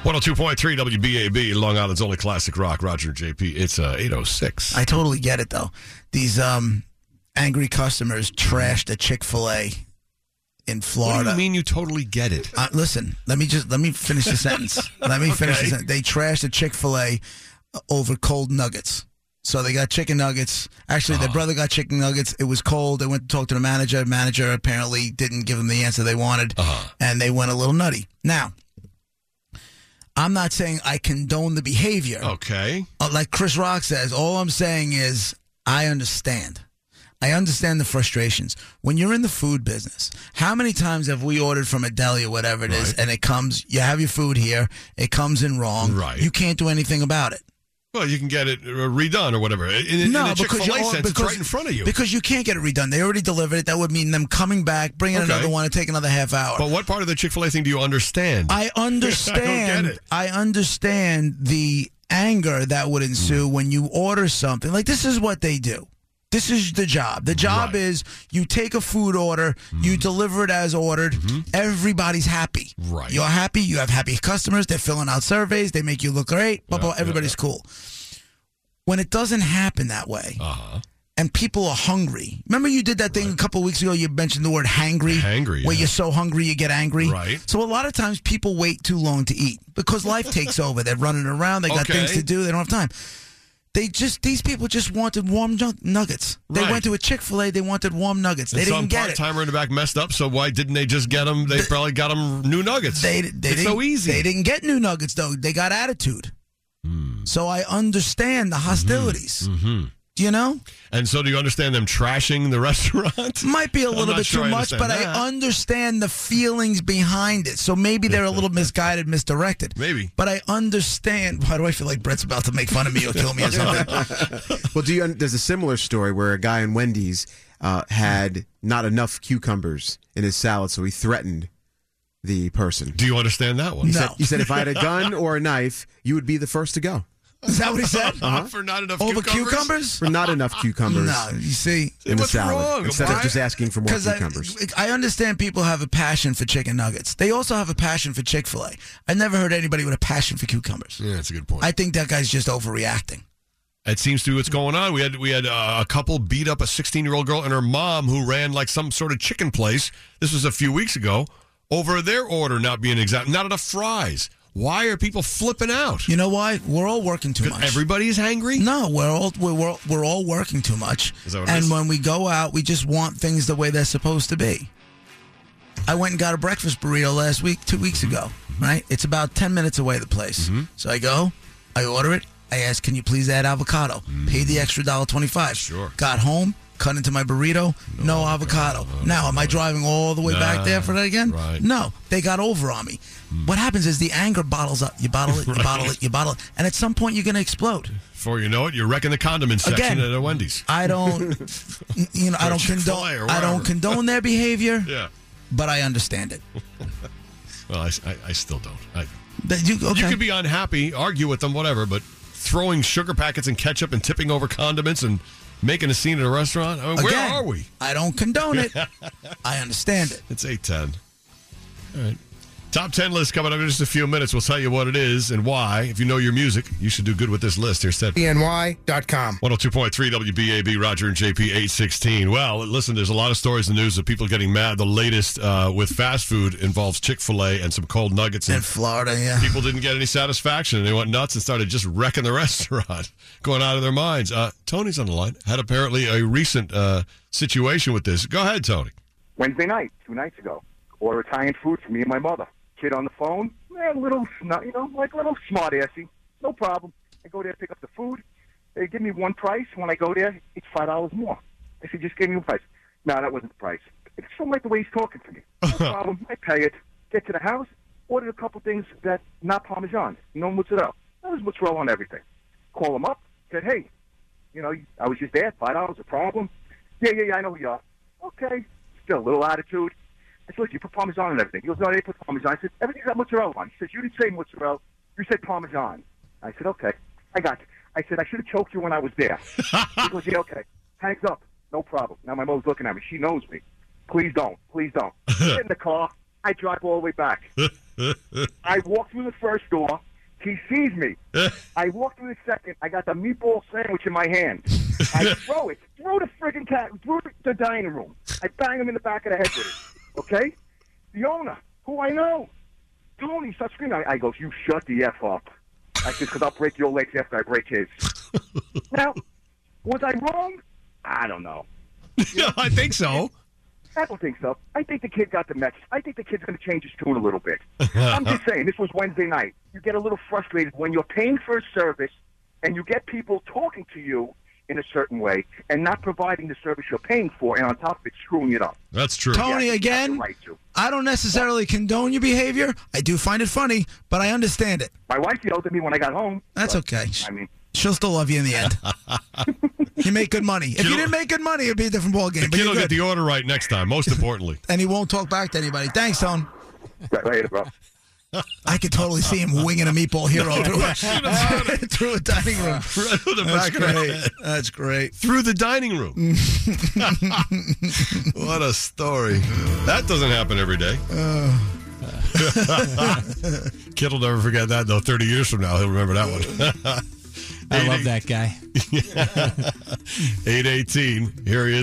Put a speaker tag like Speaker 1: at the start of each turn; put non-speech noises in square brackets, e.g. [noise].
Speaker 1: 102.3 WBAB, Long Island's only classic rock. Roger and JP. It's uh, 806.
Speaker 2: I totally get it though. These um, angry customers trashed a Chick Fil A in
Speaker 1: what
Speaker 2: Florida.
Speaker 1: do you mean you totally get it?
Speaker 2: Uh, listen, let me just let me finish
Speaker 1: [laughs]
Speaker 2: the sentence. Let me finish. The
Speaker 1: Okay.
Speaker 2: sentence. They trashed a Chick Fil A over cold nuggets. So they got chicken nuggets. Actually,
Speaker 1: Oh.
Speaker 2: their brother got chicken nuggets. It was cold. They went to talk to the manager. Manager apparently didn't give them the answer they wanted,
Speaker 1: Uh. Uh-huh.
Speaker 2: and they went a little nutty. Now, I'm not saying I condone the behavior.
Speaker 1: Okay.
Speaker 2: Uh, like Chris Rock says, all I'm saying is I understand. I understand the frustrations. When you're in the food business, how many times have we ordered from a deli or whatever it is, and it comes, you have your food here, it comes in wrong.
Speaker 1: Right.
Speaker 2: You can't do anything about it.
Speaker 1: Well, you can get it uh, redone or whatever. In, in, in a Chick-fil-A
Speaker 2: you're-
Speaker 1: sense, it's right in front of you.
Speaker 2: Because you can't get it redone. They already delivered it. That would mean them coming back, bringing
Speaker 1: Okay.
Speaker 2: another one, and take another half hour.
Speaker 1: but what part of the Chick-fil-A thing do you understand?
Speaker 2: I
Speaker 1: [laughs]
Speaker 2: understand.
Speaker 1: it.
Speaker 2: I understand the anger that would ensue
Speaker 1: Mm.
Speaker 2: when you order something. Like this is what they do. This is the job. The job
Speaker 1: Right. Mm-hmm.
Speaker 2: is you take a food order, you deliver it as ordered. Everybody's happy.
Speaker 1: Right.
Speaker 2: You're happy. You have happy customers. They're filling out surveys. They make you look great. Blah blah. Everybody's cool. When it doesn't happen that way,
Speaker 1: Uh-huh.
Speaker 2: and people are hungry. Remember, you did that thing a couple of weeks ago. You mentioned the word hangry.
Speaker 1: Hangry,
Speaker 2: Where
Speaker 1: yeah.
Speaker 2: you're so hungry you get angry.
Speaker 1: Right.
Speaker 2: So a lot of times people wait too long to eat because life takes over. They're running around. They got
Speaker 1: Okay.
Speaker 2: things to do. They don't have time. They just these people just wanted warm nu- nuggets. They
Speaker 1: Right.
Speaker 2: went to a Chick Fil A. They wanted warm nuggets. They
Speaker 1: And some
Speaker 2: didn't get it.
Speaker 1: part-timer in the back messed up, so why didn't they just get them? They probably got them new nuggets.
Speaker 2: They, they
Speaker 1: it's
Speaker 2: didn't,
Speaker 1: so easy.
Speaker 2: They didn't get new nuggets though. They got attitude.
Speaker 1: Hmm.
Speaker 2: So I understand the hostilities.
Speaker 1: Mm-hmm.
Speaker 2: You know,
Speaker 1: and so do you understand them trashing the [laughs] restaurant?
Speaker 2: might be a
Speaker 1: I'm
Speaker 2: little
Speaker 1: not
Speaker 2: bit
Speaker 1: sure I
Speaker 2: too much,
Speaker 1: understand
Speaker 2: but
Speaker 1: that.
Speaker 2: I understand the feelings behind it. So maybe they're
Speaker 1: [laughs]
Speaker 2: a little misguided, misdirected.
Speaker 1: Maybe.
Speaker 2: But I understand. Why do I feel like Brett's about to make fun of me or kill me
Speaker 1: [laughs]
Speaker 2: or something?
Speaker 3: Well, do you, there's a similar story where a guy in Wendy's uh, had not enough cucumbers in his salad, so he threatened the person.
Speaker 1: Do you understand that one?
Speaker 3: He
Speaker 2: No.
Speaker 3: said, he said, if I had a gun or a knife, you would be the first to go
Speaker 2: Is that what he said?
Speaker 1: For not enough
Speaker 2: Uh-huh. Over
Speaker 1: Uh-huh. cucumbers?
Speaker 2: cucumbers?
Speaker 3: for not enough
Speaker 1: [laughs]
Speaker 3: cucumbers
Speaker 2: No, you see.
Speaker 3: in the
Speaker 1: What's
Speaker 3: salad
Speaker 1: wrong?
Speaker 3: instead
Speaker 1: Why-
Speaker 3: of just asking for more
Speaker 2: Because I,
Speaker 3: cucumbers.
Speaker 2: I understand people have a passion for chicken nuggets. They also have a passion for Chick fil A. I never heard anybody with a passion for cucumbers.
Speaker 1: Yeah, that's a good point.
Speaker 2: I think that guy's just overreacting.
Speaker 1: It seems to be what's going on. We had we had uh, a couple beat up a 16 year old girl and her mom who ran like some sort of chicken place. This was a few weeks ago. Over their order not being exact, not enough fries. Why are people flipping out?
Speaker 2: You know why? We're all working too much.
Speaker 1: Everybody's hangry.
Speaker 2: No, we're all we're, we're, we're all working too much.
Speaker 1: Is that what it
Speaker 2: and
Speaker 1: is?
Speaker 2: when we go out, we just want things the way they're supposed to be. I went and got a breakfast burrito last week, two weeks ago. Right, it's about ten minutes away the place.
Speaker 1: Mm-hmm.
Speaker 2: So I go, I order it. I ask, can you please add avocado? Pay the extra dollar twenty five.
Speaker 1: Mm. Sure.
Speaker 2: Got home, cut into my burrito, no, avocado. now, am I driving all the way back there for that again?
Speaker 1: right. Mm.
Speaker 2: No, they got over on me. What happens is the anger bottles up. You
Speaker 1: [laughs]
Speaker 2: bottle it, you bottle it, you bottle it, and at some point you're going to explode.
Speaker 1: Before you know it, you're wrecking the condiment section
Speaker 2: Again.
Speaker 1: at a Wendy's.
Speaker 2: I don't,
Speaker 1: [laughs]
Speaker 2: you know, I
Speaker 1: Chick-fil-A or
Speaker 2: don't condone. I
Speaker 1: whatever.
Speaker 2: don't condone their behavior,
Speaker 1: Yeah.
Speaker 2: but I understand it.
Speaker 1: Well, I, I, I still don't. I,
Speaker 2: That you, okay.
Speaker 1: You could be unhappy, argue with them, whatever, but throwing sugar packets and ketchup and tipping over condiments and making a scene at a restaurant. I mean, where
Speaker 2: Again,
Speaker 1: are we?
Speaker 2: I don't
Speaker 1: [laughs]
Speaker 2: condone it. I understand it.
Speaker 1: It's 810. All right. Top 10 list coming up in just a few minutes. We'll tell you what it is and why. If you know your music, you should do good with this list. Here's Ted.
Speaker 4: BNY.com.
Speaker 1: 102.3 WBAB, Roger and JP 816. Well, listen, there's a lot of stories in the news of people getting mad. The latest uh, with fast food involves Chick fil A and some cold nuggets.
Speaker 2: In
Speaker 1: And
Speaker 2: [laughs] Florida, yeah.
Speaker 1: people didn't get any satisfaction and they went nuts and started just wrecking the [laughs] restaurant, going out of their minds. Uh, Tony's on the line, had apparently a recent uh, situation with this. Go ahead, Tony. [laughs]
Speaker 5: Wednesday night, two nights ago. Order Italian food for me and my mother. Kid on the phone, eh, little snot, you know, like little smart assy. No problem. I go there, pick up the food. They give me one price. When I go there, it's five dollars more. I said, just give me one price. No, that wasn't the price. I just don't like the way he's talking to me. No problem. I pay it. Get to the house. Ordered a couple things that not Parmesan, no mozzarella. That was mozzarella on everything. Call him up. Said, hey, you know, I was just there. Five dollars a problem. Yeah, yeah, yeah. I know who you are. Okay, still a little attitude. I said, look, you put parmesan on everything. He goes, no, I didn't put parmesan. I said, everything's got mozzarella on. He says, you didn't say mozzarella. You said parmesan. I said, okay, I got you. I said, I should have choked you when I was there. he goes, yeah, okay. Hangs up. No problem. Now my mother's looking at me. She knows me. Please don't. Please don't. Get in the car. I drive all the way back. I walk through the first door. He sees me. I walk through the second. I got the meatball sandwich in my hand. I throw it through the friggin' cat through the dining room. I bang him in the back of the head with it. Okay, the owner, who I know, Tony starts screaming. I, I go, "You shut the f up!" I said, "Cause I'll break your legs after I break his." now, was I wrong? I don't know.
Speaker 1: Yeah, I think so.
Speaker 5: I don't think so. I think the kid got the message. I think the kid's going to change his tune a little bit. I'm just saying, this was Wednesday night. You get a little frustrated when you're paying for a service and you get people talking to you in a certain way and not providing the service you're paying for, and on top of it, screwing it up.
Speaker 1: That's true.
Speaker 2: Tony,
Speaker 5: Yeah, you have
Speaker 2: again,
Speaker 5: the right to.
Speaker 2: I don't necessarily condone your behavior. I do find it funny, but I understand it.
Speaker 5: My wife yelled at me when I got home.
Speaker 2: That's okay.
Speaker 5: I mean,
Speaker 2: She'll still love you in the
Speaker 1: [laughs]
Speaker 2: end. you make good money. If you didn't make good money, it'd be a different ballgame.
Speaker 1: The
Speaker 2: But
Speaker 1: kid
Speaker 2: you're
Speaker 1: will get
Speaker 2: good.
Speaker 1: the order right next time. Most importantly,
Speaker 2: and he won't talk back to anybody. Thanks, Tone.
Speaker 5: right later, bro.
Speaker 2: I could totally see him winging a meatball hero
Speaker 1: [laughs]
Speaker 2: through, a, [laughs] through a dining room.
Speaker 1: Right through the
Speaker 2: That's
Speaker 1: back of the
Speaker 2: great.
Speaker 1: head.
Speaker 2: That's great.
Speaker 1: through the dining room. what a story! That doesn't happen every day. [laughs] Kid will never forget that though. Thirty years from now, he'll remember that one. [laughs]
Speaker 4: I love that guy.
Speaker 1: Eight eighteen. Here he is.